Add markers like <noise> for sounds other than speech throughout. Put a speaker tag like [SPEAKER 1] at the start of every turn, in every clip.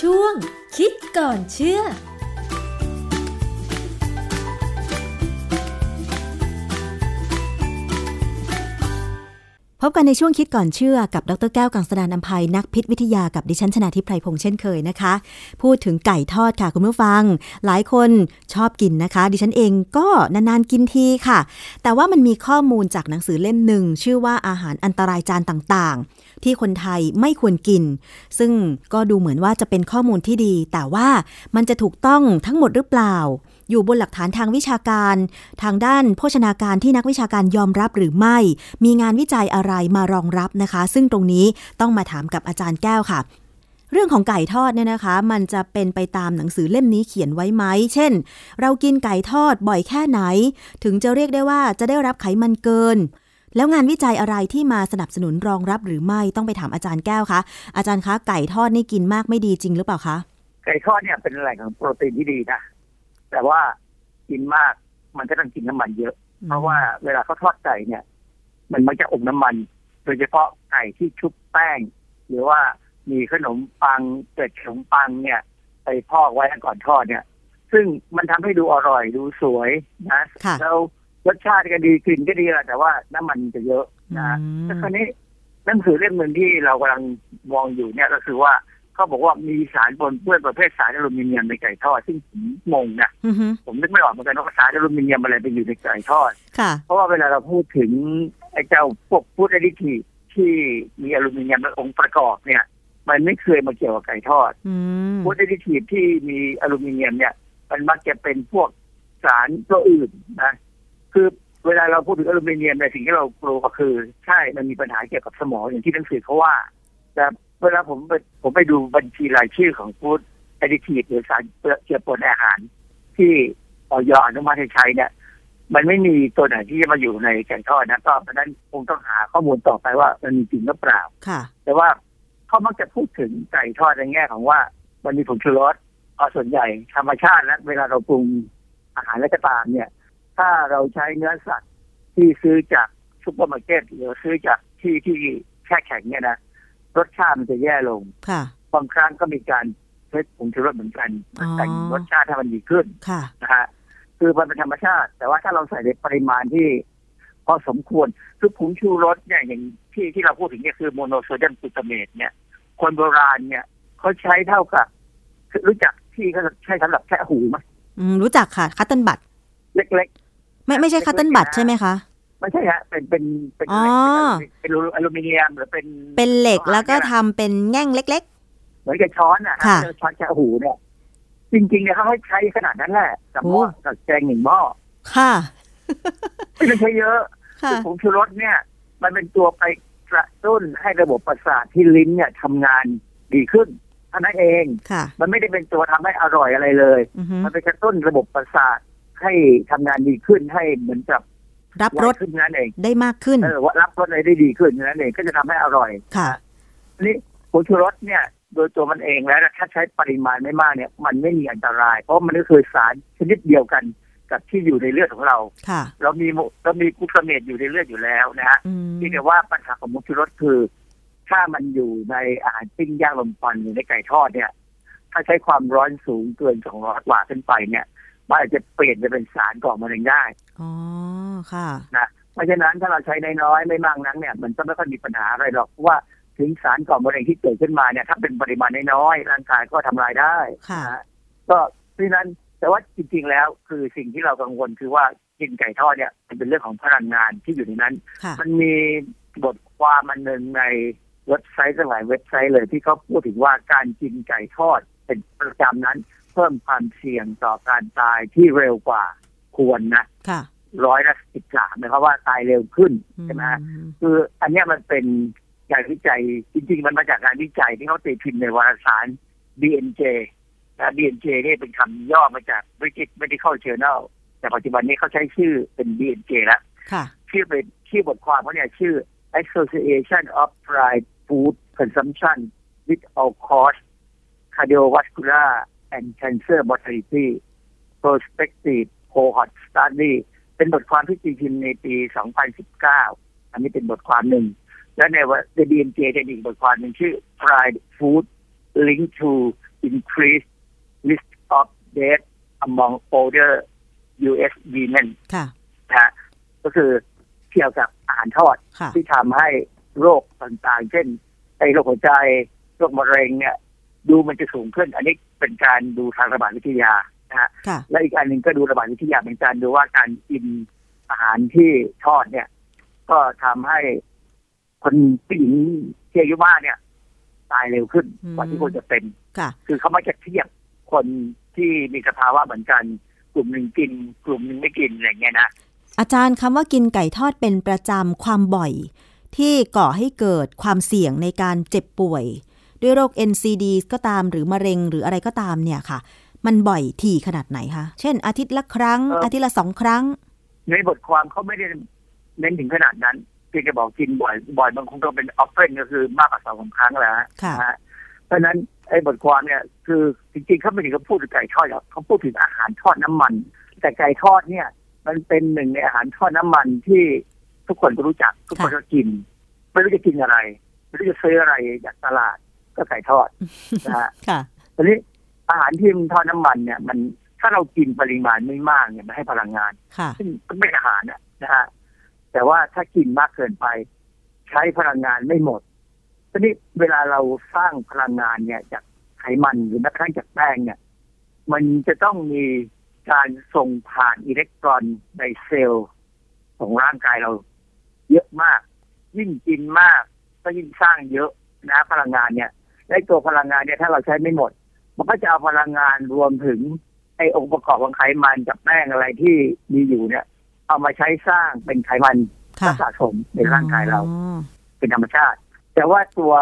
[SPEAKER 1] ช่วง คิดก่อนเชื่อ
[SPEAKER 2] พบกันในช่วงคิดก่อนเชื่อกับดรแก้วกังสดานอำไพนักพิษวิทยากับดิฉันชนาทิพไพรพงษ์เช่นเคยนะคะ พูดถึงไก่ทอดค่ะคุณผู้ฟัง หลายคนชอบกินนะคะ ดิฉันเองก็นานๆกินทีค่ะ แต่ว่ามันมีข้อมูลจากหนังสือเล่มหนึ่ง ชื่อว่าอาหารอันตรายจานต่างๆ ที่คนไทยไม่ควรกิน ซึ่งก็ดูเหมือนว่าจะเป็นข้อมูลที่ดี แต่ว่ามันจะถูกต้องทั้งหมดหรือเปล่า อยู่บนหลักฐานทางวิชาการ ทางด้านโภชนาการที่นักวิชาการยอมรับหรือไม่ มีงานวิจัยอะไรมารองรับนะคะ ซึ่งตรงนี้ต้องมาถามกับอาจารย์แก้วค่ะ เรื่องของไก่ทอดเนี่ยนะคะ มันจะเป็นไปตามหนังสือเล่มนี้เขียนไว้ไหม เช่น เรากินไก่ทอดบ่อยแค่ไหน ถึงจะเรียกได้ว่าจะได้รับไขมันเกิน แล้วงานวิจัยอะไรที่มาสนับสนุนรองรับหรือไม่ต้องไปถามอาจารย์แก้วคะอาจารย์คะไก่ทอดนี่กินมากไม่ดีจริงหรือเปล่าคะ
[SPEAKER 3] ไก่ทอดเนี่ยเป็นแหล่งของโปรตีนที่ดีนะ แต่ว่ากินมากมันก็ต้องกินน้ำมันเยอะ เพราะว่าเวลาเขาทอดไก่เนี่ย มันมักจะอมน้ำมัน โดยเฉพาะไก่ที่ชุบแป้ง หรือว่ามีขนมปังเกิดขนมปังเนี่ย ไปพอกไว้ก่อนทอดเนี่ย ซึ่งมันทำให้ดูอร่อยดูสวยนะ
[SPEAKER 2] ค่ะ
[SPEAKER 3] แล้วรสชาติก็ดีกลิ่นก็ดีแหละแต่ว่าน้ำมันจะเยอะนะ
[SPEAKER 2] อืม
[SPEAKER 3] แต่คราวนี้หนังสือเล่มหนึ่งที่เรากำลังมองอยู่เนี่ยก็คือว่าเขาบอกว่ามีสารปนเปื้อนประเภทสารอลูมิเนียมในไก่ทอด ซึ่งผมงงนะ
[SPEAKER 2] อือฮึ
[SPEAKER 3] ผมนึกไม่ออกเหมือนกันว่าสารอลูมิเนียมอะไรไปอยู่ในไก่ทอด
[SPEAKER 2] ค่ะ
[SPEAKER 3] เพราะว่าเวลาเราพูดถึงไอ้เจ้าพวกพูดอดิทีที่มีอลูมิเนียมและองค์ประกอบเนี่ย มันไม่เคยมาเกี่ยวกับไก่ทอด
[SPEAKER 2] อืม
[SPEAKER 3] ฟูดเอดิทีฟที่มีอลูมิเนียมเนี่ย มันมักจะเป็นพวกสารตัวอื่นนะ คือเวลาเราพูดถึงอลูมิเนียมในยสิ่งที่เรากลัวก็คือ ใช่มันมีปัญหาเกี่ยวกับสมองอย่างที่หนังสือเขาว่า แต่เวลาผมไปผมไปดูบัญชีรายชื่อของฟูดเอดิทีฟหรือสารเจือปนอาหาร ที่ออยอนุมัติให้ใช้เนี่ย มันไม่มีตัวไหนที่จะมาอยู่ในแกงทอดนะก็เพราะฉะนั้นคงต้องหาข้อมูลต่อไปว่ามันมีจริงหรือเปล่า
[SPEAKER 2] ค่ะ
[SPEAKER 3] แต่ว่าเขามักจะพูดถึงไก่ทอดในแง่ของว่ามันมีผงชูรสเพราะส่วนใหญ่ธรรมชาติและเวลาเราปรุงอาหารและก็ตามเนี่ย ถ้าเราใช้เนื้อสัตว์ที่ซื้อจากซุปเปอร์มาร์เก็ตหรือซื้อจากที่ที่แช่แข็งเนี่ยนะรสชาติมันจะแย่ลง
[SPEAKER 2] ค่ะ
[SPEAKER 3] บางครั้งก็มีการใช้ผงชูรสเหมือนกัน
[SPEAKER 2] อ๋อ
[SPEAKER 3] แต่งรสชาติให้มันดีขึ้น
[SPEAKER 2] ค่ะ
[SPEAKER 3] นะฮะคือมันเป็นธรรมชาติ แต่ว่าถ้าเราใส่ในปริมาณที่พอสมควรคือผงชูรสเนี่ยอย่างที่ที่เราพูดถึงเนี่ยคือโมโนโซเดียมกลูตาเมตเนี่ย คนโบราณเนี่ยเขาใช้เท่ากับคือรู้จักที่เขาใช้สำหรับแค่หูไหม
[SPEAKER 2] อืมรู้จักค่ะคัตเติลบัต
[SPEAKER 3] เล็ก
[SPEAKER 2] ไม่ไม่ใช่คัตเติลบัตใช่ไหมคะ
[SPEAKER 3] ๆ ไม่ใช่ฮะเป็นเป็นเป็น
[SPEAKER 2] อ๋อ
[SPEAKER 3] เป็นอลูมิเนียมหรือเป็น
[SPEAKER 2] เป็นเหล็กแล้วก็ทำเป็นแง่งเล็ก
[SPEAKER 3] เหมือนกับช้อนอ่ะ
[SPEAKER 2] ค่ะ
[SPEAKER 3] ช้อนแค่หูเนี่ย จริงๆเนี่ยเขาให้ใช้ขนาดนั้นแหละกับหม้อ
[SPEAKER 2] โอ้
[SPEAKER 3] กับแกงหนึ่งหม้อ
[SPEAKER 2] ๆ ค่ะ
[SPEAKER 3] ไม่ได้ใช้เยอะ
[SPEAKER 2] ค่ะ
[SPEAKER 3] ผงชูรสเนี่ย มันเป็นตัวไปกระตุ้นให้ระบบประสาทที่ลิ้นเนี่ยทำงานดีขึ้นเท่านั้นเอง
[SPEAKER 2] ค่ะ
[SPEAKER 3] มันไม่ได้เป็นตัวทำให้อร่อยอะไรเลย
[SPEAKER 2] อือฮึ
[SPEAKER 3] มันไปกระตุ้นระบบประสาทให้ทำงานดีขึ้นให้เหมือนกับ
[SPEAKER 2] รับรส
[SPEAKER 3] ไวขึ้นนั่นเอง
[SPEAKER 2] ได้มากขึ้น
[SPEAKER 3] เออว่ารับรสอะไรได้ดีขึ้นนั่นเองก็จะทำให้อร่อย
[SPEAKER 2] ค่ะ
[SPEAKER 3] นี่ผงชูรสเนี่ย โดยตัวมันเองแล้วนะถ้าใช้ปริมาณไม่มากเนี่ย มันไม่มีอันตราย เพราะมันก็คือสารชนิดเดียวกันกับที่อยู่ในเลือดของเรา
[SPEAKER 2] ค่ะ
[SPEAKER 3] เรามีโมเรามีกลูตาเมตอยู่ในเลือดอยู่แล้วนะฮะ
[SPEAKER 2] อืม
[SPEAKER 3] เพียงแต่ว่าปัญหาของมุกชูรสคือ ถ้ามันอยู่ในอาหารปิ้งย่างลมควันหรือในไก่ทอดเนี่ย ถ้าใช้ความร้อนสูงเกิน 200 กว่าขึ้นไปเนี่ยมันอาจจะเปลี่ยนไปเป็นสารก่อมะเร็งได้
[SPEAKER 2] อ๋อ ค่ะ
[SPEAKER 3] เพราะฉะนั้นถ้าเราใช้น้อยๆไม่มากนักเนี่ย มันก็ไม่ค่อยมีปัญหาอะไรหรอกเพราะว่าถึงสารก่อมะเร็งที่เกิดขึ้นมาเนี่ยถ้าเป็นปริมาณน้อยๆร่างกายก็ทำลายได้
[SPEAKER 2] ค่ะ
[SPEAKER 3] นฮก็เพราะฉะนั้นแต่ว่าจริง ๆ แล้วคือสิ่งที่เรากังวลคือว่ากินไก่ทอดเนี่ยมันเป็นเรื่องของพลังงานที่อยู่ในนั้น
[SPEAKER 2] ค่ะ
[SPEAKER 3] มันมีบทความอันหนึ่งในเว็บไซต์หลายเว็บไซต์เลยที่เขาพูดถึงว่าการกินไก่ทอดเป็นประจำนั้น เพิ่มความเสี่ยงต่อการตายที่เร็วกว่าควรนะ
[SPEAKER 2] ค่ะ
[SPEAKER 3] ร้อยละสิบสามนะครับว่าตายเร็วขึ้น
[SPEAKER 2] อื
[SPEAKER 3] ใช่ไหมฮะ คืออันเนี้ยมันเป็นงานวิจัยจริง ๆ มันมาจากงานวิจัยที่เขาตีพิมพ์ในวารสาร BNJ นะ BNJ เนี่ยเป็นคำย่อมาจาก British Medical Journal แต่ปัจจุบันนี้เขาใช้ชื่อเป็น BNJ แล้ว
[SPEAKER 2] ค่ะ
[SPEAKER 3] ชื่อเป็นชื่อบทความเขาเนี่ยชื่อ Association of Fried Food Consumption with All Cause Cardiovascular and Cancer Mortality Prospective Cohort Study เป็นบทความที่ตีพิมพ์ในปี 2019 อันนี้เป็นบทความหนึ่ง และใน The BMJ จะมีอีกบทความหนึ่งชื่อ Fried Food Link to increase risk of death among older U.S. women
[SPEAKER 2] ค่ะ
[SPEAKER 3] นะฮะก็คือเกี่ยวกับอาหารทอด
[SPEAKER 2] ค่ะ
[SPEAKER 3] ที่ทำให้โรคต่างๆ เช่นไอ้โรคหัวใจโรคมะเร็งเนี่ย ดูมันจะสูงขึ้น อันนี้เป็นการดูทางระบาดวิทยานะฮะ
[SPEAKER 2] ค่ะ
[SPEAKER 3] และอีกอันหนึ่งก็ดูระบาดวิทยาเหมือนกันดูว่าการกินอาหารที่ทอดเนี่ย ก็ทำให้คนผู้หญิงที่อายุมากเนี่ย ตายเร็วขึ้น
[SPEAKER 2] อืม
[SPEAKER 3] กว่าที่ควรจะเป็น
[SPEAKER 2] ค่ะ
[SPEAKER 3] คือเขามักจะเทียบคนที่มีสภาวะเหมือนกัน กลุ่มหนึ่งกิน กลุ่มหนึ่งไม่กินอะไรเงี้ยนะ
[SPEAKER 2] อาจารย์คำว่ากินไก่ทอดเป็นประจำความบ่อย ที่ก่อให้เกิดความเสี่ยงในการเจ็บป่วย ด้วยโรค NCD ก็ตามหรือมะเร็งหรืออะไรก็ตามเนี่ยค่ะ มันบ่อยถี่ขนาดไหนคะเช่น อาทิตย์ละครั้ง
[SPEAKER 3] เอ่ออ
[SPEAKER 2] อาทิตย์ละสองครั้ง
[SPEAKER 3] ในบทความเขาไม่ได้เน้นถึงขนาดนั้น เพียงแต่บอกกินบ่อย บ่อยบางคนก็เป็นออฟเฟนก็คือมากกว่าสองสามครั้งแหล้ว
[SPEAKER 2] ค่ะ
[SPEAKER 3] นะฮะเพราะฉะนั้นไอ้บทความเนี่ย คือจริงๆเขาไม่ถึงกับพูดถึงไก่ทอดหรอกเขาพูดถึงอาหารทอดน้ำมัน แต่ไก่ทอดเนี่ย มันเป็นหนึ่งในอาหารทอดน้ำมันที่ทุกคนก็รู้จักทุกคนก็กิน ไม่รู้จะกินอะไร ไม่รู้จะซื้ออะไรจากตลาดก็ไก่ทอดนะฮะ
[SPEAKER 2] ค่ะ
[SPEAKER 3] ทีนี้อาหารที่มันทอดน้ำมันเนี่ย มันถ้าเรากินปริมาณไม่มากเนี่ยมันให้พลังงาน
[SPEAKER 2] ค่ะ
[SPEAKER 3] ซึ่งก็เป็นอาหารนะนะฮะแต่ว่าถ้ากินมากเกินไป ใช้พลังงานไม่หมดทีนี้เวลาเราสร้างพลังงานเนี่ย จากไขมันหรือแม้กระทั่งจากแป้งเนี่ย มันจะต้องมีการส่งผ่านอิเล็กตรอนในเซลล์ของร่างกายเรา เยอะมาก ยิ่งกินมาก ก็ยิ่งสร้างเยอะนะพลังงานเนี่ยและตัวพลังงานเนี่ยถ้าเราใช้ไม่หมด มันก็จะเอาพลังงานรวมถึง ไอองค์ประกอบของไขมันกับแป้งอะไรที่มีอยู่เนี่ย เอามาใช้สร้างเป็นไขมัน
[SPEAKER 2] ค่ะ
[SPEAKER 3] สะสมในร่างกายเรา
[SPEAKER 2] อ๋อ
[SPEAKER 3] เป็นธรรมชาติ แต่ว่าตัว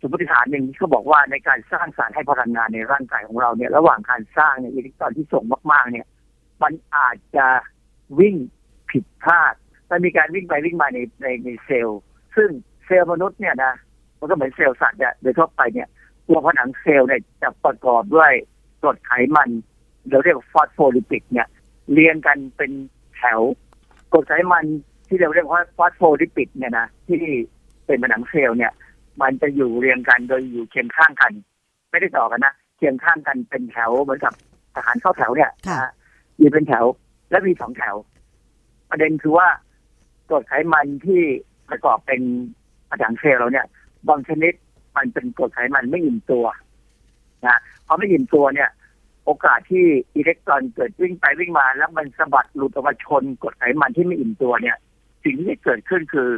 [SPEAKER 3] สมมติฐานหนึ่งที่เขาบอกว่าในการสร้างสารให้พลังงานในร่างกายของเราเนี่ย ระหว่างการสร้างเนี่ยอิเล็กตรอนที่ส่งมาก ๆ เนี่ย มันอาจจะวิ่งผิดพลาดมันมีการวิ่งไปวิ่งมาในในในเซลล์ ซึ่งเซลล์มนุษย์เนี่ยนะมันก็เหมือนเซลล์สัตว์เนี่ยโดยทั่วไปเนี่ย ตัวผนังเซลล์เนี่ยจะประกอบด้วยกรดไขมันเราเรียกฟอสโฟลิปิดเนี่ย เรียงกันเป็นแถวกรดไขมันที่เราเรียกว่าฟอสโฟลิปิดเนี่ยนะที่ เป็นผนังเซลล์เนี่ย มันจะอยู่เรียงกันโดยอยู่เคียงข้างกัน ไม่ได้ต่อกันนะเคียงข้างกันเป็นแถวเหมือนกับทหารเข้าแถวเนี่ยนะฮะอยู่เป็นแถวและมีสองแถว ประเด็นคือว่าตรวจไขมันที่ประกอบเป็นผนังเซลล์เราเนี่ย บางชนิดมันเป็นกรดไขมันไม่อิ่มตัวนะพอไม่อิ่มตัวเนี่ย โอกาสที่อิเล็กตรอนเกิดวิ่งไปวิ่งมาแล้วมันสะบัดหลุดออกมาชนกรดไขมันที่ไม่อิ่มตัวเนี่ย สิ่งที่จะเกิดขึ้นคือ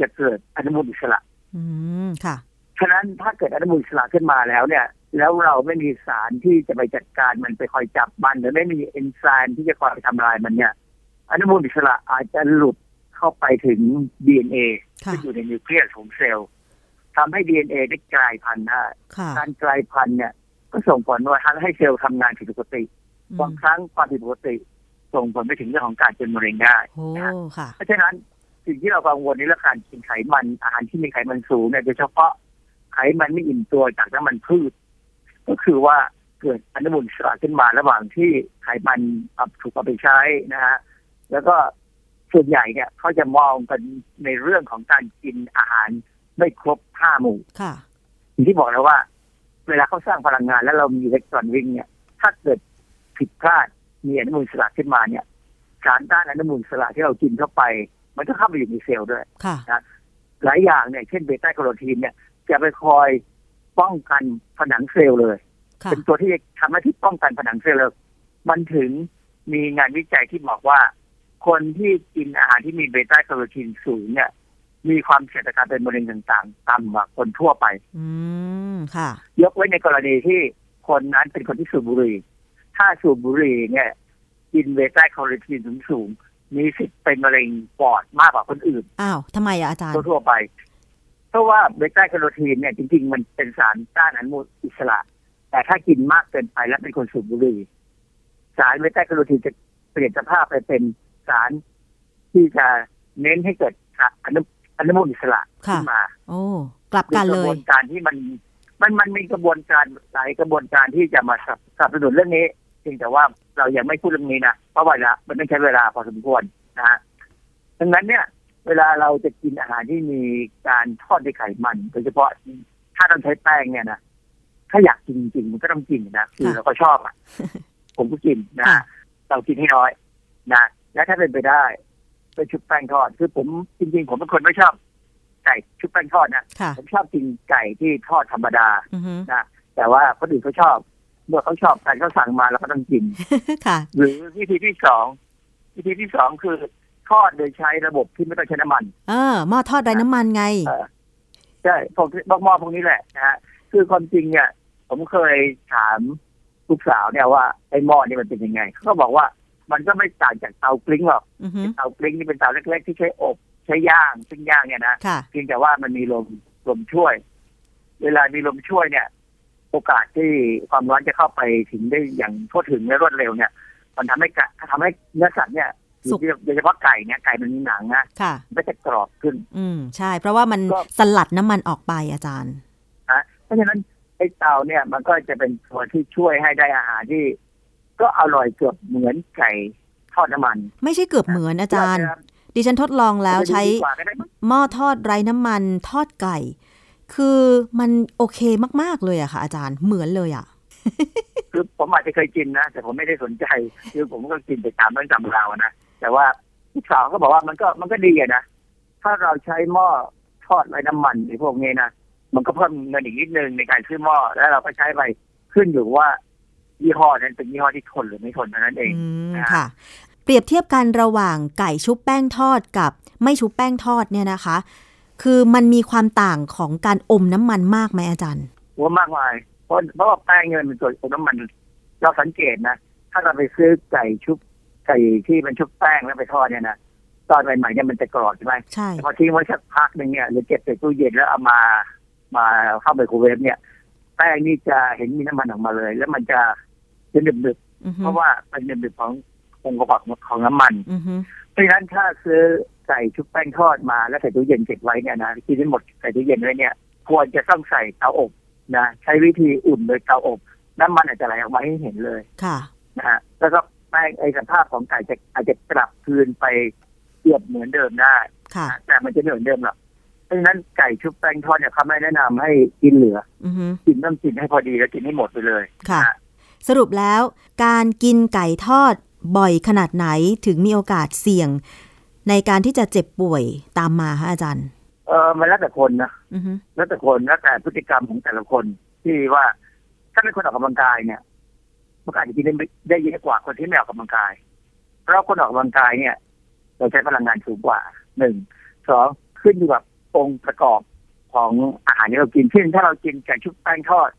[SPEAKER 3] จะเกิดอนุมูลอิสระ
[SPEAKER 2] อืมค่ะ
[SPEAKER 3] ฉะนั้นถ้าเกิดอนุมูลอิสระขึ้นมาแล้วเนี่ย แล้วเราไม่มีสารที่จะไปจัดการมันไปคอยจับมัน หรือไม่มีเอนไซม์ที่จะคอยไปทำลายมันเนี่ย อนุมูลอิสระอาจจะหลุดเข้าไปถึง DNA
[SPEAKER 2] ค่ะ
[SPEAKER 3] ที่อยู่ในนิวเคลียสของเซลล์ทำให้ DNA ได้กลายพันธุ์ได้
[SPEAKER 2] ค่ะ
[SPEAKER 3] การกลายพันธุ์เนี่ย ก็ส่งผลว่าทำให้เซลล์ทำงานผิดปกติ
[SPEAKER 2] อื
[SPEAKER 3] บาง
[SPEAKER 2] ม
[SPEAKER 3] ครั้งความผิดปกติ ส่งผลไปถึงเรื่องของการเป็นมะเร็งได้
[SPEAKER 2] โอ้
[SPEAKER 3] นะ
[SPEAKER 2] ค่ะ
[SPEAKER 3] เพราะฉะนั้นสิ่งที่เรากังวลในเรื่องการกินไขมันอาหารที่มีไขมันสูงเนี่ยโดยเฉพาะไขมันไม่อิ่มตัวจากน้ำมันพืช ก็คือว่าเกิดอนุมูลอิสระขึ้นมาระหว่างที่ไขมันเอาถูกเอาไปใช้นะฮะแล้วก็ส่วนใหญ่เนี่ยเขาจะมองกันในเรื่องของการกินอาหารไม่ครบห้าหมู่
[SPEAKER 2] ค่ะ
[SPEAKER 3] อย่างที่บอกแล้วว่า เวลาเขาสร้างพลังงานแล้วเรามีอิเล็กตรอนวิ่งเนี่ย ถ้าเกิดผิดพลาดมีอนุมูลอิสระขึ้นมาเนี่ย สารต้านอนุมูลอิสระที่เรากินเข้าไป มันก็เข้าไปอยู่ในเซลล์ด้วย
[SPEAKER 2] ค่ะ
[SPEAKER 3] หลายอย่างเนี่ยเช่นเบต้าแคโรทีนเนี่ย จะไปคอยป้องกันผนังเซลล์เลย
[SPEAKER 2] ค่ะ
[SPEAKER 3] เป็นตัวที่ทำหน้าที่ป้องกันผนังเซลล์เลยมันถึงมีงานวิจัยที่บอกว่า คนที่กินอาหารที่มีเบต้าแคโรทีนสูงเนี่ย มีความเสี่ยงต่อการเป็นมะเร็งต่างๆต่ำกว่าคนทั่วไป
[SPEAKER 2] อืมค่ะ
[SPEAKER 3] ยกไว้นในกรณีที่คนนั้นเป็นคนที่สูบบุหรี่ ถ้าสูบบุหรี่เนี่ยกินเวต้าคอเลสเตอรอลสูงๆมีสิทธิ์เป็นมะเร็งปอดมากกว่าคนอื่น
[SPEAKER 2] อ้าวทำไมอะอาจารย์
[SPEAKER 3] ทั่วๆไป เพราะว่าเบต้าแคโรทีนเนี่ยจริง ๆ มันเป็นสารต้านอนุมูลอิสระ แต่ถ้ากินมากเกินไปและเป็นคนสูบบุหรี่ สารเบต้าแคโรทีนจะเปลี่ยนสภาพไปเป็นสารที่จะเน้นให้เกิดอนุอนุมูลอิสระขึ้นมา
[SPEAKER 2] โอ้ กลับกัน
[SPEAKER 3] มีก
[SPEAKER 2] เล
[SPEAKER 3] ระบวย นการที่มันมันมันมีกระบวนการหลายกระบวนการที่จะมาสนับสนับสนุนเรื่องนี้เพียงแต่ว่าเรายังไม่พูดเรื่องนี้นะเพราะว่าเวลามันต้องใช้เวลาพอสมควรนะฮะดังนั้นเนี่ย เวลาเราจะกินอาหารที่มีการทอดด้วยไขมันโดยเฉพาะถ้าต้องใช้แป้งเนี่ยนะไข ถ้าอยากกินจริงๆมันก็ต้องกินนะคือ
[SPEAKER 2] ค่ะ
[SPEAKER 3] เราก็ชอบอ่ะ ผมก็กินนะ
[SPEAKER 2] ค่ะ
[SPEAKER 3] เรากินให้น้อยนะและถ้าเป็นไปได้ไปชุบแป้งทอดคือผมจริงๆ ผมเป็นคนไม่ชอบไก่ชุบแป้งทอดนะ
[SPEAKER 2] ค่ะ
[SPEAKER 3] ผมชอบกินไก่ที่ทอดธรรมดา
[SPEAKER 2] อือฮึ <laughs>
[SPEAKER 3] นะแต่ว่าคนอื่นเขาชอบ เมื่อเขาชอบกันเขาสั่งมาเราก็ต้องกิน
[SPEAKER 2] ค่ะ
[SPEAKER 3] หรือวิธีที่สองวิธีที่สองคือทอดโดยใช้ระบบที่ไม่ต้องใช้น้ำมัน
[SPEAKER 2] เออหม้อทอดไร้น้ำมันไง
[SPEAKER 3] เออ ใช่พวกพวกหม้อพวกนี้แหละนะฮะคือความจริงเนี่ย ผมเคยถามลูกสาวเนี่ยว่าไอ้หม้อนี่มันเป็นยังไงเขาก็บอกว่ามันก็ไม่ต่างจากเตากลิ้งหรอก
[SPEAKER 2] อือฮึ
[SPEAKER 3] เตากลิ้งนี่เป็นเตาเล็กๆที่ใช้อบใช้ย่างซึ่งย่างเนี่ยนะ
[SPEAKER 2] ค่ะ
[SPEAKER 3] เพียงแต่ว่ามันมีลมลมช่วย เวลามีลมช่วยเนี่ย โอกาสที่ความร้อนจะเข้าไปถึงได้อย่างทั่วถึงและรวดเร็วเนี่ย มันทำให้กะทำให้เนื้อสัตว์เนี่ย
[SPEAKER 2] สุก
[SPEAKER 3] โดยเฉพาะไก่เนี่ยไก่มันมีหนังนะ
[SPEAKER 2] ค่ะ
[SPEAKER 3] มันก็จะกรอบขึ้น
[SPEAKER 2] อืม ใช่ เพราะว่ามัน
[SPEAKER 3] ก็
[SPEAKER 2] สลัดน้ำมันออกไปอาจารย์
[SPEAKER 3] เพราะฉะนั้นไอ้เตาเนี่ย มันก็จะเป็นตัวที่ช่วยให้ได้อาหารที่ ก็อร่อยเกือบเหมือนไก่ทอดน้ำมัน
[SPEAKER 2] ไม่ใช่เกือบเหมือนอาจารย์
[SPEAKER 3] ครับ
[SPEAKER 2] ดิฉันทดลองแล้วใช้
[SPEAKER 3] ดีกว่าก็ได้มั้ง
[SPEAKER 2] หม้อทอดไร้น้ำมันทอดไก่ คือมันโอเคมาก ๆ เลยอะค่ะ อาจารย์เหมือนเลยอะ
[SPEAKER 3] คือผมอาจจะเคยกินนะแต่ผมไม่ได้สนใจคือผมก็กินไปตามเรื่องตามราวอะนะแต่ว่าลูกสาวก็บอกว่ามันก็มันก็ดีอะนะถ้าเราใช้หม้อทอดไร้น้ำมันในพวกนี้นะมันก็เพิ่มเงินอีกนิดนึงในการซื้อหม้อแล้วเราก็ใช้ไปขึ้นอยู่ว่ายี่ห้อนั้นเป็นยี่ห้อที่ทนหรือไม่ทนเท่านั้นเอง
[SPEAKER 2] อืม
[SPEAKER 3] นะ
[SPEAKER 2] ค่ะ เปรียบเทียบกันระหว่างไก่ชุบแป้งทอดกับไม่ชุบแป้งทอดเนี่ยนะคะ คือมันมีความต่างของการอมน้ำมันมากไหมอาจารย์
[SPEAKER 3] ว่ามากมายเพราะเพราะว่าแป้งเนี่ยมันเป็นส่วนผสมน้ำมัน เราสังเกตนะ ถ้าเราไปซื้อไก่ชุบไก่ที่มันชุบแป้งแล้วไปทอดเนี่ยนะตอนใหม่ๆเนี่ยมันจะกรอบใช่ไหม
[SPEAKER 2] ใช่
[SPEAKER 3] แต่พอทิ้งไว้สักพักหนึ่งเนี่ยหรือเก็บใส่ตู้เย็นแล้วเอามามาเข้าไมโครเวฟเนี่ย แป้งนี่จะเห็นมีน้ำมันออกมาเลย แล้วมันจะจะหนึบ
[SPEAKER 2] อือ
[SPEAKER 3] ๆ
[SPEAKER 2] ฮึ
[SPEAKER 3] เพราะว่าเป็นหนึบๆขององค์ประกอบของน้ำมัน
[SPEAKER 2] อือฮึ
[SPEAKER 3] เพราะฉะนั้นถ้าซื้อไก่ชุบแป้งทอดมาแล้วใส่ตู้เย็นเก็บไว้เนี่ยนะกินได้หมดใส่ตู้เย็นไว้เนี่ย ควรจะต้องใส่เตาอบนะใช้วิธีอุ่นโดยเตาอบน้ำมันอาจจะไหลออกมาให้เห็นเลย
[SPEAKER 2] ค่ะ
[SPEAKER 3] นะฮะแล้วก็แป้งไอสภาพของไก่จะอาจจะกลับคืนไปเกือบเหมือนเดิมได้
[SPEAKER 2] ค่ะ
[SPEAKER 3] นะแต่มันจะไม่เหมือนเดิมหรอกเพราะฉะนั้นไก่ชุบแป้งทอดเนี่ยเขาไม่แนะนำให้กินเหลือ
[SPEAKER 2] อือฮึ
[SPEAKER 3] กินต้องกินให้พอดีแล้วกินให้หมดไปเลย
[SPEAKER 2] ค่ะ
[SPEAKER 3] นะ
[SPEAKER 2] สรุปแล้ว การกินไก่ทอดบ่อยขนาดไหนถึงมีโอกาสเสี่ยง ในการที่จะเจ็บป่วยตามมาคะอาจารย์
[SPEAKER 3] เออมันแล้วแต่คนนะ
[SPEAKER 2] อือฮึ
[SPEAKER 3] แล้วแต่คนแล้วแต่พฤติกรรมของแต่ละคนที่ว่าถ้าเป็นคนออกกำลังกายเนี่ยมันก็อาจจะกินได้ไม่ได้เยอะกว่าคนที่ไม่ออกกำลังกาย เพราะคนออกกำลังกายเนี่ย เราใช้พลังงานสูงกว่าหนึ่งสองขึ้นอยู่กับองค์ประกอบของอาหารที่เรากินเช่นถ้าเรากินไก่ชุบแป้งทอด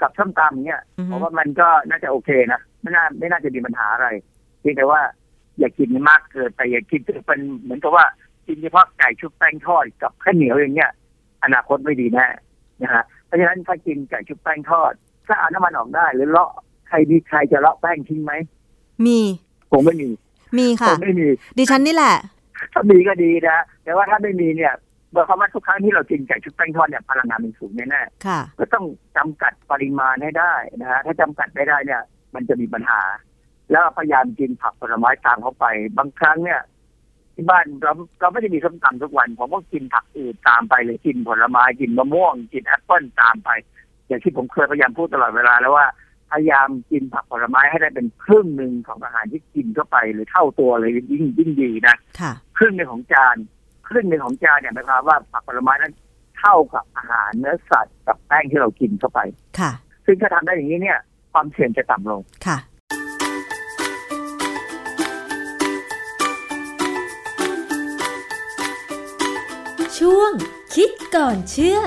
[SPEAKER 3] กับส้มตำเนี่ย
[SPEAKER 2] อือฮึ
[SPEAKER 3] เพราะว่ามันก็น่าจะโอเคนะไม่น่าไม่น่าจะมีปัญหาอะไรเพียงแต่ว่า อย่ากินมากเกินไปอย่ากินจนเป็นเหมือนกับว่ากินเฉพาะไก่ชุบแป้งทอดกับข้าวเหนียวอย่างเงี้ย อนาคตไม่ดีแน่นะฮะเพราะฉะนั้นถ้ากินไก่ชุบแป้งทอด ถ้าเอาน้ำมันออกได้ หรือเลาะใครมีใครจะเลาะแป้งทิ้งไหม
[SPEAKER 2] มี
[SPEAKER 3] คงไม่มี
[SPEAKER 2] มี
[SPEAKER 3] ค
[SPEAKER 2] ค่ะ
[SPEAKER 3] งไม่มี
[SPEAKER 2] ดิฉันนี่แหละ
[SPEAKER 3] ถ้ามีก็ดีนะ แต่ว่าถ้าไม่มีเนี่ยเมื่อความว่าทุกครั้งที่เรากินไก่ชุบแป้งทอดเนี่ยพลังงานมันสูงแน่
[SPEAKER 2] ค่ะ
[SPEAKER 3] ๆก็ต้องจำกัดปริมาณให้ได้นะฮะถ้าจำกัดไม่ได้เนี่ย มันจะมีปัญหา แล้วพยายามกินผักผลไม้ตามเข้าไป บางครั้งเนี่ย ที่บ้านเราเราไม่ได้มีส้มตำทุกวันผมก็กินผักอื่นตามไปเลยกินผลไม้กินมะม่วง กินแอปเปิ้ลตามไป อย่างที่ผมเคยพยายามพูดตลอดเวลาแล้วว่า พยายามกินผักผลไม้ให้ได้เป็นครึ่งหนึ่งของอาหารที่กินเข้าไปหรือเท่าตัวเลยยิ่งยิ่งดีนะ
[SPEAKER 2] ค่ะ
[SPEAKER 3] ครึ่งหนึ่งของจานครึ่งหนึ่งของจานเนี่ยหมายความว่าผักผลไม้นั้นเท่ากับอาหารเนื้อสัตว์กับแป้งที่เรากินเข้าไป
[SPEAKER 2] ค่ะ
[SPEAKER 3] ซึ่งถ้าทำได้อย่างนี้เนี่ย ความเสี่ยงจะต่ำลง
[SPEAKER 2] ค่ะ
[SPEAKER 1] ช่วงคิดก่อนเชื่อ